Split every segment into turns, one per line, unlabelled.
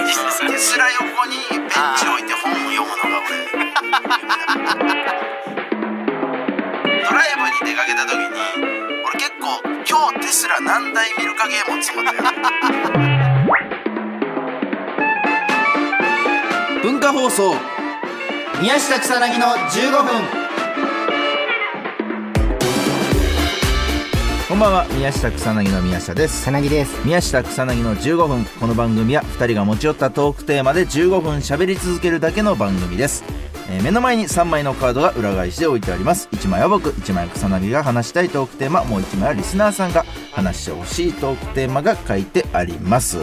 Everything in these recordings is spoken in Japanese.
スラ横にベンチ置いて本を読むのが俺夢だドライブに出かけた時に俺結構今日テスラ何台見るかゲームを詰まったよね
文化放送宮下草薙の15分 こんばんは宮下草薙の宮下です
さなぎです
宮下草薙の15分この番組は2人が持ち寄ったトークテーマで15分喋り続けるだけの番組です、えー目の前に3枚のカードが裏返しで置いてあります1枚は僕1枚は草薙が話したいトークテーマもう1枚はリスナーさんが話してほしいトークテーマが書いてあります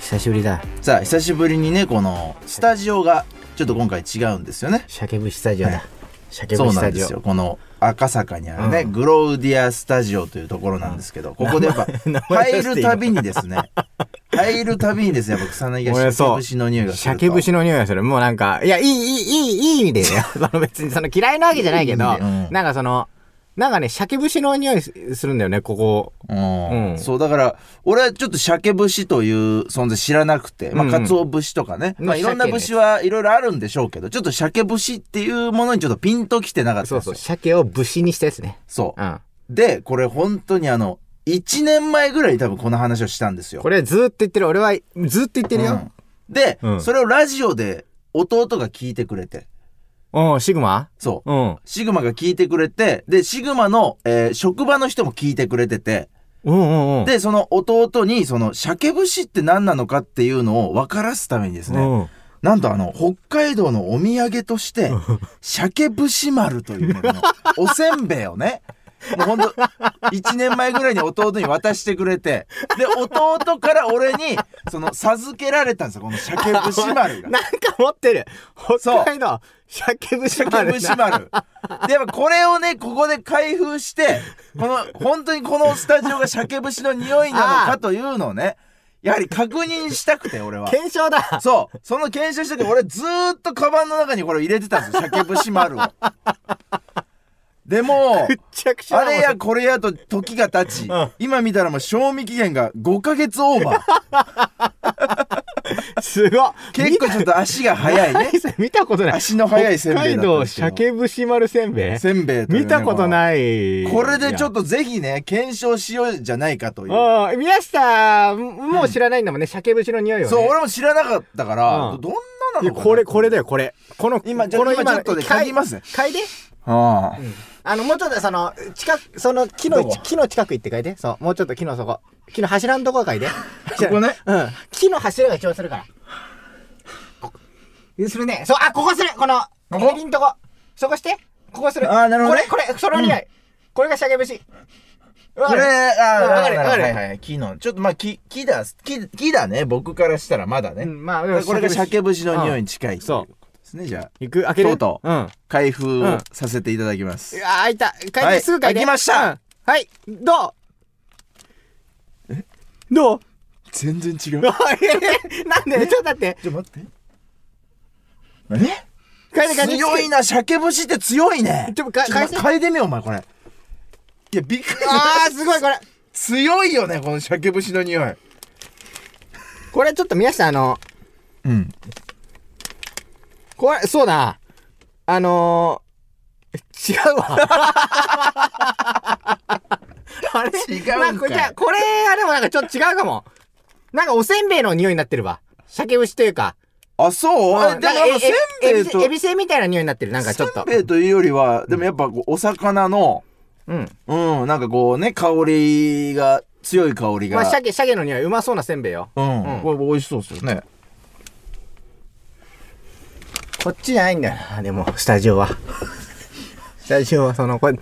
久しぶりだ
さあ久しぶりにねこのスタジオがちょっと今回違うんですよね
鮭節スタジオ
はい
だ鮭
そ
節
う
ス
な
タ
んで
ジ
すよ
オ
この赤坂にあるね、
うん
グロウディアスタジオというところなんですけど、ここでやっぱ
名前
入るたびにですね入るたびにですねやっぱ草薙が鮭節の匂いがすると
鮭節の匂いがする。もうなんか、いや、いい、いい、いい、いい意味 でね、その別にその嫌いなわけじゃないけど、
いい意味でうん
なんかその、なんかね、鮭節の匂いするんだよね、ここ。
うん
うん
そうだから俺はちょっと鮭節という存在知らなくて、まあ、
うん
かつお節とかね、
うん
まあ、いろんな節はいろいろあるんでしょうけどちょっと鮭節っていうものにちょっとピンときてなかった
そ
ん
う
です
そ
よ
う、鮭を節にしたやつね。
そう
うん。
でこれ本当にあの1年前ぐらいに多分この話をしたんですよ
これずっと言ってる、俺はずっと言ってるよ。
うんで、
うん
それをラジオで弟が聞いてくれて
うん、シグマ
そう
うん。
シグマが聞いてくれてでシグマの、えー職場の人も聞いてくれてて
うんうんうん。
でその弟にその鮭節って何なのかっていうのを分からすためにです
う
ね、
ん、
なんとあの北海道のお土産として鮭節丸というね このおせんべいをねもうほんと1年前ぐらいに弟に渡してくれてで弟から俺にその授けられたんですよこの鮭節丸 が
なんか持ってる。
そう
北海道、鮭節丸
鮭節
な。
丸でやっぱこれをねここで開封してこの本当にこのスタジオが鮭節の匂いなのかというのをねやはり確認したくて俺は
検証だ。
そう。その検証した時、俺ずーっとカバンの中にこれ入れてたんですよ。鮭節丸を。でも、
めちゃくちゃ
あれやこれやと時が経ち
うん、
今見たらもう賞味期限が5ヶ月オ ーバー。
すごい。
結構ちょっと足が速いね。
何それ見たことない。
足の速いせんべいだったん
北海道
ですけど
鮭節丸せんべい
せんべいというね
見たことない。
これでちょっ
と。
とぜひね、検証しようじゃないかという。
うん宮下、もう知らないんだもんね。鮭節の匂いをね。
そう、俺も知らなかったから、
うん
どんなない
や
のかな
これ、これだよ、これ。この、
今じゃあ
この
今ちょっとね嗅ぎますね
嗅いで。
ああ
あの、もうちょっとその、近く、その木の
どこ、
木の近く行って嗅いで。そう、もうちょっと木のそこ。木の柱のとこは嗅いで。
ここね
うん。木の柱が一応するから。こするね。そう、あ、ここするこの、
ここ
エリんとこ。そこして。ここする。
あーなるほどね
これ、これ、その匂い。これがシャゲ節。わ
こ
かる
れ、ああ、
わかるわかる
はいはいはい、木の。ちょっとまあ、木、木だ、木、木だね、僕からしたらまだね。
うん、まあ、
これが鮭節の匂い
い。
に近い
そう
ですねじゃあ
行く開ける
とうとう
うん。うわ
開封
う
を
ん
させていただきます、
ー、開いた。開い
は
て
い
すぐ開いて。
開きました
うんはい、どう どう
全 然違う
えー なんでちょっと待って。
ちょ待ってえ
嗅いで嗅いで。
強いな鮭節って強いね
ちょっとか返せ
ちょ嗅いでみようお前これいやびっくり
あー、すごいこれ。
強いよねこの鮭節の匂い
これちょっと宮下、あの、
うん
これ、そうだな。あのー、違うわ。あれ
違うんかい
なんこれじゃあこれ、あ、でもなんかちょっと違うかも。なんかおせんべいの匂いになってるわ。鮭節というか。
あそう、
う
えでもなんかせんべいと
えびせみたいな匂いになってる。なんかち
せ
ょっと
ん。べいというよりはでもやっぱこうお魚の
うん。
うんなんかこうね香りが強い香りが、
まあ、鮭、鮭の匂い、うまそうなせんべいよ。
うん、
うん
これ美味しそうですよね
こっちじゃないんだよな、でも、スタジオは。スタジオは、その、これ、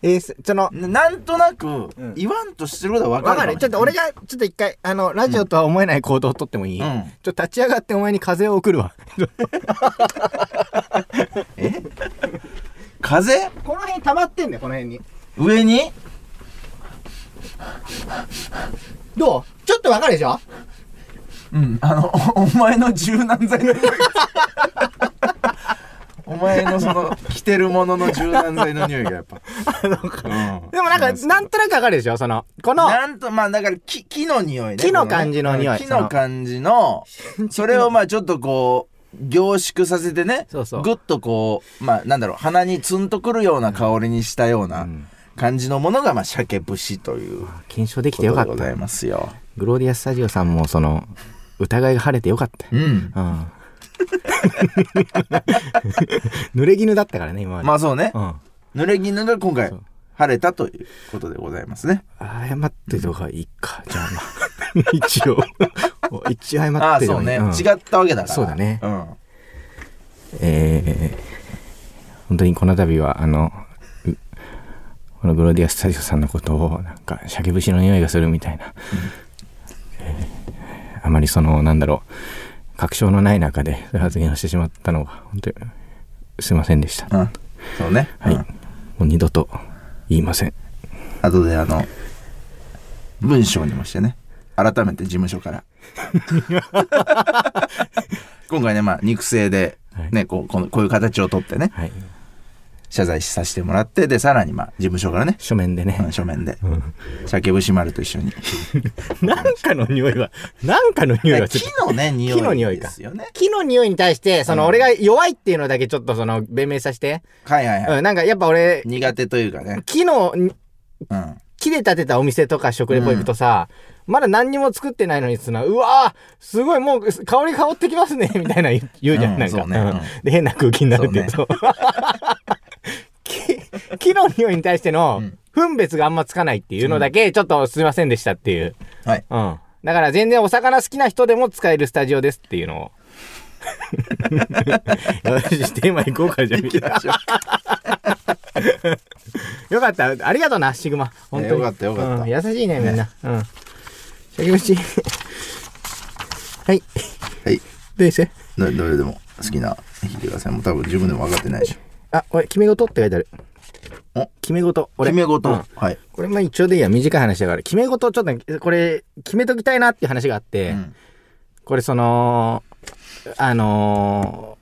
えーすその、
ななんとなく
ん
言わんとしてることは分か
わ
る
かるちょっと俺が、ちょっと一回、あの、ラジオとは思えない行動をとってもいい、
うん
ちょっと立ち上がってお前に風を送るわ。
風
この辺溜まってんだよ、この辺に。
上に
どうちょっとわかるでしょ
うんあのおお前の柔軟剤の匂いお前のその着てるものの柔軟剤の匂いがやっ ぱ、うん
でもなんか、なんとなくわかるでしょその、この、
なんとまあだから木木の匂いね
木の
こね
感じの匂い
木の感じ のそれをまあちょっとこう凝縮させてね
そうそう
ぐっとこうまあなんだろう鼻にツンとくるような香りにしたよう
う
なん感じのものがまあ鮭節という
検証でき
こ
てよ
と
か
で
っ
ご
た
ざ。いますよ。
グローディアススタジオさんも、その、疑いが晴れてよかった。
うん、
うん。濡れ衣だったからね、今まで。
まあそうね
うん。あ
濡れ衣が今回
そう
晴れたということでございますね。
ー謝ってとかいいか。じゃあま あ。一応。 一応謝って
ああ
で
そ
も
う
いい
ね、
ん
違ったわけだから
そうだね
うん、
えー本当にこの度はあのうこのグロディアスタジオさんのことをなんか鮭節の匂いがするみたいな、えーあまりそのなんだろう確証のない中でそういう発言をしてしまったのが本当にすいませんでした、
うん、そうね、
はい、
うん
もう二度と言いません
後であの文章にもしてね改めて事務所から 今回ねまあ肉声で
はい
ねこうこのこういう形をとってね
はい
謝罪させてもらってでさらにまあ事務所からね
書面でね
うん、書面で
うん
鮭節丸と一緒に
なんかの匂いはなんかの匂いはす
木
る
のね
木の匂
匂
い
い
か
ですよね
木の匂いに対してその俺が弱いっていうのだけちょっとその弁明させて、
はいはいはい、
うん、なんかやっぱ俺
苦手というかね
木の
うん
木で建てたお店とか食レポ行くとさ、まだ何にも作ってないのにそのうわーすごいもう香り香ってきますね みたいな言う言うじゃん、
うん
なんか
そうねうん
で変な空気になるっていうと木 木の匂いに対しての
うん
分別があんまつかないっていうのだけちょっとすいませんでしたっていう、
はい
うん、だから全然お魚好きな人でも使えるスタジオですっていうのをよしテーマ行こうかじゃあみんな
行きましょう
よかった。ありがとうな、シグマ。本当
よ
に。
かったよかった
うん優しいね、みんな。うん。先口。 はい。
はい
で、せ。
どどれでも好きな弾いてくださいもう多分自分でも分かってないでしょ
あ、俺、決め事って書いてある。
お
決め事。俺。
決め事、
うん
はい、
これ、まあ一応でいいや、短い話だから。決め事、ちょっと、これ、決めときたいなっていう話があって、
うん
これ、その、あの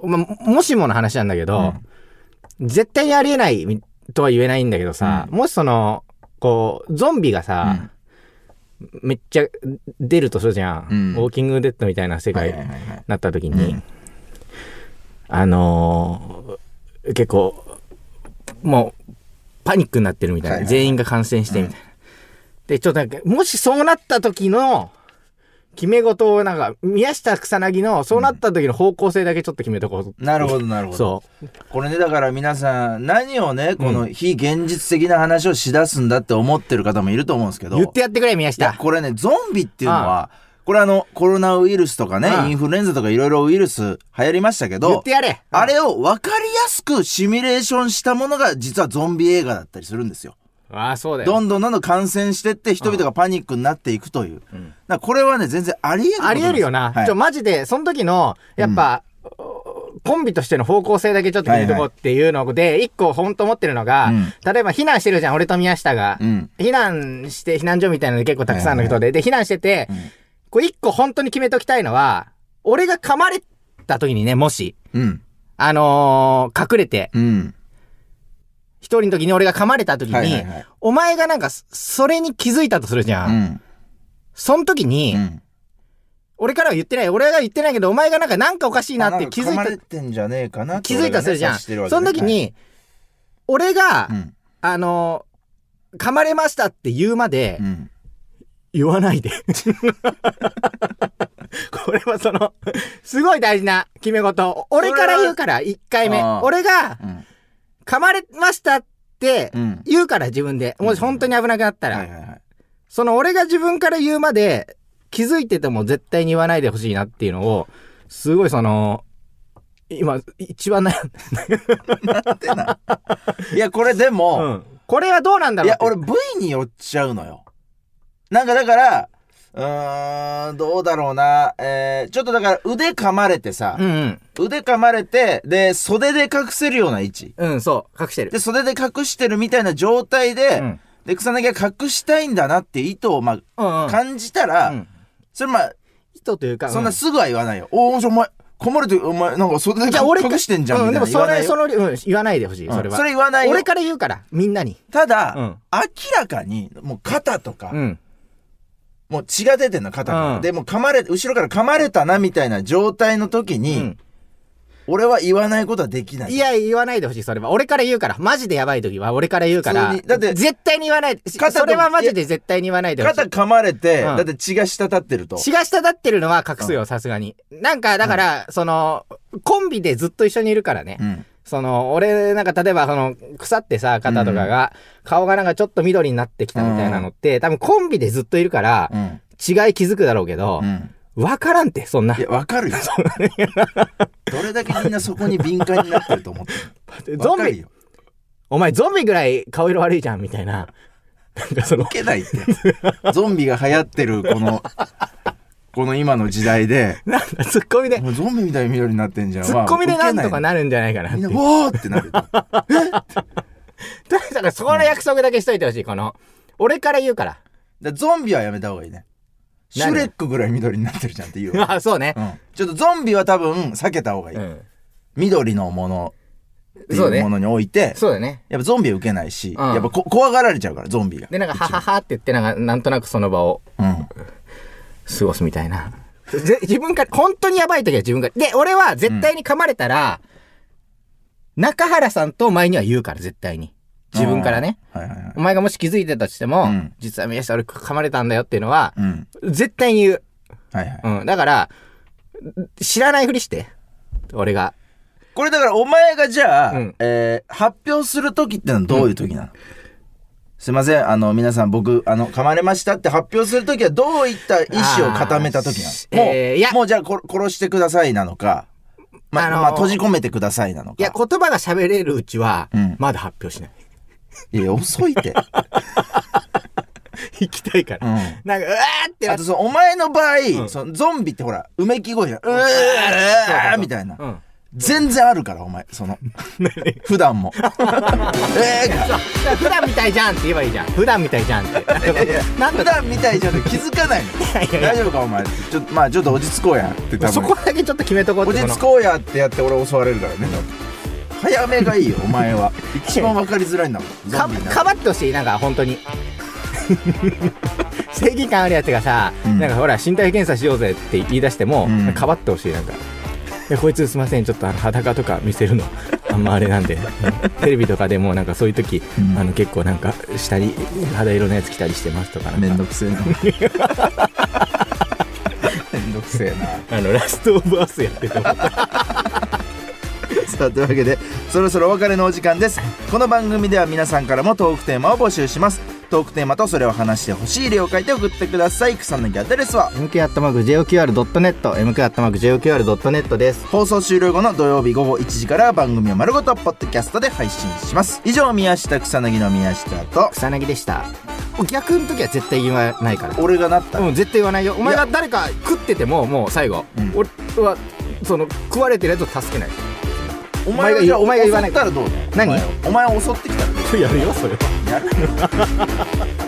ーま、もしもの話なんだけど、絶対にありえないみとは言えないんだけどさ、もしその、こう、ゾンビがさ、めっちゃ出るとするじゃん、
うん
ウォーキングデッドみたいな世
は
界
い
に
はいはいはい
なった時に、あのー結構もうパニックになってるみたいな、
はいはい
全員が感染してみたいな、でちょっとなんかもしそうなった時の決め事をなんか宮下草薙のそうなった時の方向性だけちょっと決めとこう、
なるほどなるほど
そ
これねだから皆さん何をねこの非現実的な話をしだすんだって思ってる方もいると思うんですけ
う
ど
言ってやってくれ宮
いや
下
これねゾンビっていうのはこれあのコロナウイルスとかね
うん
インフルエンザとかいろいろウイルス流行りましたけ
言っ
ど
てやれ
あれを分かりやすくシミュレーションしたものが実はゾンビ映画だったりするんですよ。
ああそうだよ
どんどんどんどん感染してって人々がパニックになっていくという。だからこれはね全然ありえること
ありえるよな。
ですはい
ちょ、マジで、その時の、やっぱ、コンビとしての方向性だけちょっと決めとこうっていうので、一個ほんと思ってるのが、
うん
例えば避難してるじゃん、俺と宮下が。
うん
避難して、避難所みたいなので結構たくさんの人で、で、避難してて、こう一個本当に決めときたいのは、俺が噛まれた時にね、もし、
うん
あのー隠れて、
うん
一人の時に俺が噛まれた時に、
はいはいはい
お前がなんか、そそれに気づいたとするじゃ。
うんん
その時に、
うん
俺からは言ってない。俺が言ってないけど、お前がなんか、なんかおかしいなって気づ
あ
い
なんか噛ま
た
れてんじゃねえかなって
気づいたとするじゃん。
俺がね察してるわけ
その時に、俺が、
はいうん
あの、噛まれましたって言うまで、
うん
言わないで。これはその、すごい大事な決め事。俺から言うから、1回目
あ。ー
俺が、
うん
噛まれましたって
うん
言うから、自分で。もし本当に危なくなったら。
はいはいはい
その俺が自分から言うまで気づいてても絶対に言わないでほしいなっていうのを、すごいその、今、一番悩んだ。
いやこれでも、
うんこれはどうなんだ
い
ろう
や
って
俺 V に寄っちゃうのよなんかだからうーんどうだろうなえー、ちょっとだから腕噛まれてさ、
うん
腕噛まれてで袖で隠せるような位置
うん。うん、そう。隠してる
で。袖で隠してるみたいな状態で、
うん
で草薙が隠したいんだなっていう意図をまあ
うんうん。
感じたら、
うん
それまあ
意図というか、
そんな
う
すぐは言わないよ、おおお前困るとお前なんか袖で
じゃあ俺か
隠してんじゃん
う
み
で
たい
も
な言
そ
わな
れ
い
そ
よ
の、うん、言わないでほしい、
うん
それは
それ言わないよ
俺から言うからみんなに
ただ、
うん
明らかにもう肩とか、
うん
もう血が出てんの肩から、
うん
でもう噛まれ後ろから噛まれたなみたいな状態の時に、
うん
俺は言わないことはできない
いや言わないでほしいそれは俺から言うからマジでやばい時は俺から言うから
普通にだって
絶対に言わないし
肩と
それはマジで絶対に言わないでほしい
肩噛まれて、
うん
だって血が滴ってると
血が滴ってるのは隠すよ、さすがに。なんか、だから、その、コンビでずっと一緒にいるからね。
うん
その、俺、なんか、例えば、その、腐ってさ、肩とかが、顔がなんかちょっと緑になってきたみたいなのって、多分コンビでずっといるから、
うん
違い気づくだろうけど
う、ん
わ、からんって、 そんな。
いやわかるよどれだけみんなそこに敏感になってると思ってる
ゾ
わ
ン
かる
ビ、
よ
お前ゾンビぐらい顔色悪いじゃん、みたいな。 なんかその
ウ、ケないってゾンビが流行ってるこのこの今の時代で
なんかツッコミで、
もうゾンビみたいに緑になってんじゃん
ツッコミでなんとか
な
なるんじゃないかなって
み
い
んな
う。
わーってなると
だから、そこの約束だけしといてほしい、この。俺から言うから。
だからゾンビはやめた方がいいね。シ
何
ュレックぐらい緑になってるじゃんって言うわ。
あ、そうね
う。ん、ちょっとゾンビは多分避けた方がいい。
うん。
緑のものってい
そう
う
ね
ものに置いて、
そうだね。
やっぱゾンビは受けないし、
うん
やっぱこ怖がられちゃうから、ゾンビが。
で、なんか、はははって言って、なんか、なんとなくその場を
うん。
過ごすみたいな。ぜ自分から、本当にやばい時は自分から。で、俺は絶対に噛まれたら、中原さんとお前には言うから、絶対に。自分からね。
はいはいはい
お。前がもし気づいてたとしても、
うん
実は宮下俺噛まれたんだよっていうのは、
うん。
絶対に言う。
はいはい。
うん。だから、知らないふりして。俺が。
これだからお前がじゃあ、
うん
えー発表する時ってのはどういう時なの、すいません、あの、皆さん僕、あの、噛まれましたって発表する時はどういった意思を固めた時な
あー
のもう、
えーいや
もうじゃあこ殺してくださいなのか、ま、
あのー
まあ、閉じ込めてくださいなのか。
いや、言葉が喋れるうちは、
うん
まだ発表しない。
いや、遅いって。
行きたいか
う
ら。
ん。
なんか、うわーってな
あ
っ
とそのお前の場合、そのゾンビってほらうめき声じゃんうーうーみたいな、
うん
全然あるからお前その普段もえーが
だから普段みたいじゃんって言えばいいじゃん普段みたい じゃんってなん
普
だ
段みたいじゃん気づかないの
やいやいや
大丈夫かお前ちょっとまあちょっと落ち着こうやって多分
そこだけちょっと決めとこうっ
落ち
てこの
着こうやってやって俺襲われるからね多分早めがいいよお前は一番分かりづらいんだもんゾ
か
ンビになる
かばってほしいなんか本当 に正義感あるやつがさ、
うん
なんかほら身体検査しようぜって言い出しても、
うん
かばってほしいなんかいやこいつすいませんちょっとあの裸とか見せるの あんまあれなんで うんテレビとかでもなんかそういう時、
うん
あの結構なんか下に肌色のやつ着たりしてますとかなんか
めんどくせえなめんどくせえな
あのラストオブアスや ってても
さあというわけでそろそろお別れのお時間ですこの番組では皆さんからもトークテーマを募集しますトークテーマとそれを話してほしい例を書いて送ってください草薙アドレスは
mk.joqr.net mk.joqr.net です
放送終了後の土曜日午後1時から番組を丸ごとポッドキャストで配信します以上宮下草薙の宮下と
草薙でした逆の時は絶対言わないから
俺がなった
うん絶対言わないよお前が誰か食っててももう最後、
うん
俺はその食われてるやつを助 けない
お
前が言うお前が言わない
襲ったらどうだよ
何
お前をお前を襲ってきたらどう
やるよそれは
だよやる